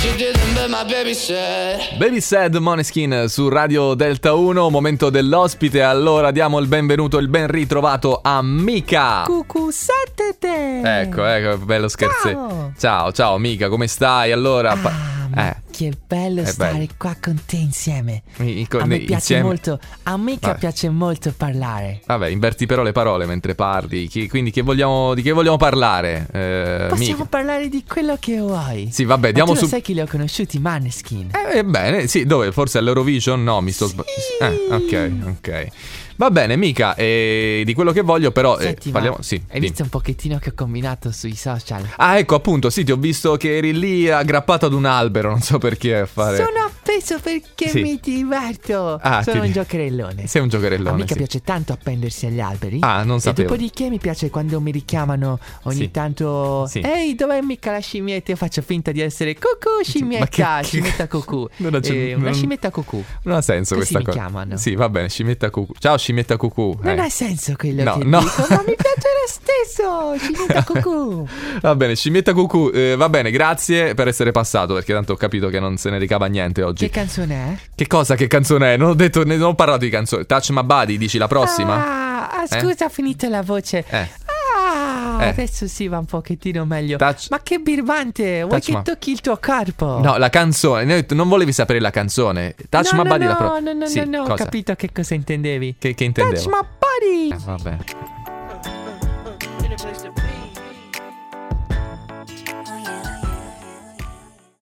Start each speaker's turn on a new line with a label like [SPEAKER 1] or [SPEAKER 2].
[SPEAKER 1] She didn't, but my baby said.
[SPEAKER 2] Baby Sad Moneskin su Radio Delta 1, momento dell'ospite. Allora diamo il benvenuto, il ben ritrovato a Mika.
[SPEAKER 3] Cucusettete!
[SPEAKER 2] Ecco, ecco, bello scherzo.
[SPEAKER 3] Ciao.
[SPEAKER 2] ciao, ciao, Mika, come stai? Allora, pa-
[SPEAKER 3] Ah,
[SPEAKER 2] eh,
[SPEAKER 3] che bello
[SPEAKER 2] è
[SPEAKER 3] stare
[SPEAKER 2] bello.
[SPEAKER 3] qua con te insieme.
[SPEAKER 2] i- i-
[SPEAKER 3] a me
[SPEAKER 2] insieme-
[SPEAKER 3] piace molto, a me che
[SPEAKER 2] Vabbè.
[SPEAKER 3] piace molto parlare.
[SPEAKER 2] Vabbè, inverti però le parole mentre parli. Chi- quindi che vogliamo, di che vogliamo parlare? Eh,
[SPEAKER 3] Possiamo
[SPEAKER 2] Mika?
[SPEAKER 3] parlare di quello che vuoi.
[SPEAKER 2] Sì, vabbè,
[SPEAKER 3] Ma
[SPEAKER 2] diamo
[SPEAKER 3] tu
[SPEAKER 2] su.
[SPEAKER 3] lo sai chi li ho conosciuti, Maneskin.
[SPEAKER 2] Eh, bene, sì, dove? Forse all'Eurovision? No, mi sto
[SPEAKER 3] Sì.
[SPEAKER 2] sbagliando. ok, ok. Va bene, mica, eh, di quello che voglio però... eh,
[SPEAKER 3] Senti, ma
[SPEAKER 2] parliamo... Sì,
[SPEAKER 3] hai
[SPEAKER 2] dimmi.
[SPEAKER 3] visto un pochettino che ho combinato sui social?
[SPEAKER 2] Ah, ecco, appunto, sì, ti ho visto che eri lì aggrappato ad un albero, non so perché a fare...
[SPEAKER 3] Sono appeso perché
[SPEAKER 2] Sì.
[SPEAKER 3] mi diverto.
[SPEAKER 2] Ah,
[SPEAKER 3] Sono
[SPEAKER 2] ti-
[SPEAKER 3] un giocherellone.
[SPEAKER 2] Sei un
[SPEAKER 3] A
[SPEAKER 2] giocherellone,
[SPEAKER 3] mica
[SPEAKER 2] sì.
[SPEAKER 3] piace tanto appendersi agli alberi.
[SPEAKER 2] Ah, non
[SPEAKER 3] E
[SPEAKER 2] sapevo.
[SPEAKER 3] dopodiché mi piace quando mi richiamano ogni
[SPEAKER 2] Sì.
[SPEAKER 3] tanto.
[SPEAKER 2] Sì.
[SPEAKER 3] Ehi, dov'è mica la scimmietta? Io faccio finta di essere cucù, scimmietta,
[SPEAKER 2] che- che-
[SPEAKER 3] scimmietta cucù.
[SPEAKER 2] Non ha-
[SPEAKER 3] Eh, una
[SPEAKER 2] non- Eh.
[SPEAKER 3] scimmietta cucù.
[SPEAKER 2] Non ha senso
[SPEAKER 3] Così
[SPEAKER 2] questa
[SPEAKER 3] mi
[SPEAKER 2] cosa.
[SPEAKER 3] chiamano.
[SPEAKER 2] Sì, va bene, scimmietta cucù. Ciao, scimmietta cucù.
[SPEAKER 3] Non
[SPEAKER 2] eh.
[SPEAKER 3] ha senso quello
[SPEAKER 2] No,
[SPEAKER 3] che
[SPEAKER 2] no.
[SPEAKER 3] dico, ma mi piace lo stesso. Scimmietta cucù.
[SPEAKER 2] Va bene, scimmietta cucù. eh, va bene, grazie per essere passato, perché tanto ho capito che non se ne ricava niente oggi.
[SPEAKER 3] che canzone è?
[SPEAKER 2] Che cosa, che canzone è? Non ho detto, ne- non ho parlato di canzone. Touch My Body, dici la prossima?
[SPEAKER 3] Ah, ah,
[SPEAKER 2] Eh?
[SPEAKER 3] scusa, ho finito la voce.
[SPEAKER 2] Eh.
[SPEAKER 3] Ah,
[SPEAKER 2] Eh.
[SPEAKER 3] adesso si va un pochettino meglio.
[SPEAKER 2] Touch-
[SPEAKER 3] Ma che birbante! Vuoi
[SPEAKER 2] Touch
[SPEAKER 3] che
[SPEAKER 2] ma-
[SPEAKER 3] tocchi il tuo corpo?
[SPEAKER 2] No, la canzone. Ne ho detto- Non volevi sapere la canzone. Touch
[SPEAKER 3] no,
[SPEAKER 2] My
[SPEAKER 3] no,
[SPEAKER 2] Body, la
[SPEAKER 3] no,
[SPEAKER 2] prossima.
[SPEAKER 3] No, no,
[SPEAKER 2] sì,
[SPEAKER 3] no, no, ho
[SPEAKER 2] cosa?
[SPEAKER 3] capito che cosa intendevi.
[SPEAKER 2] Che, che intendevo?
[SPEAKER 3] Touch my body!
[SPEAKER 2] Eh, vabbè.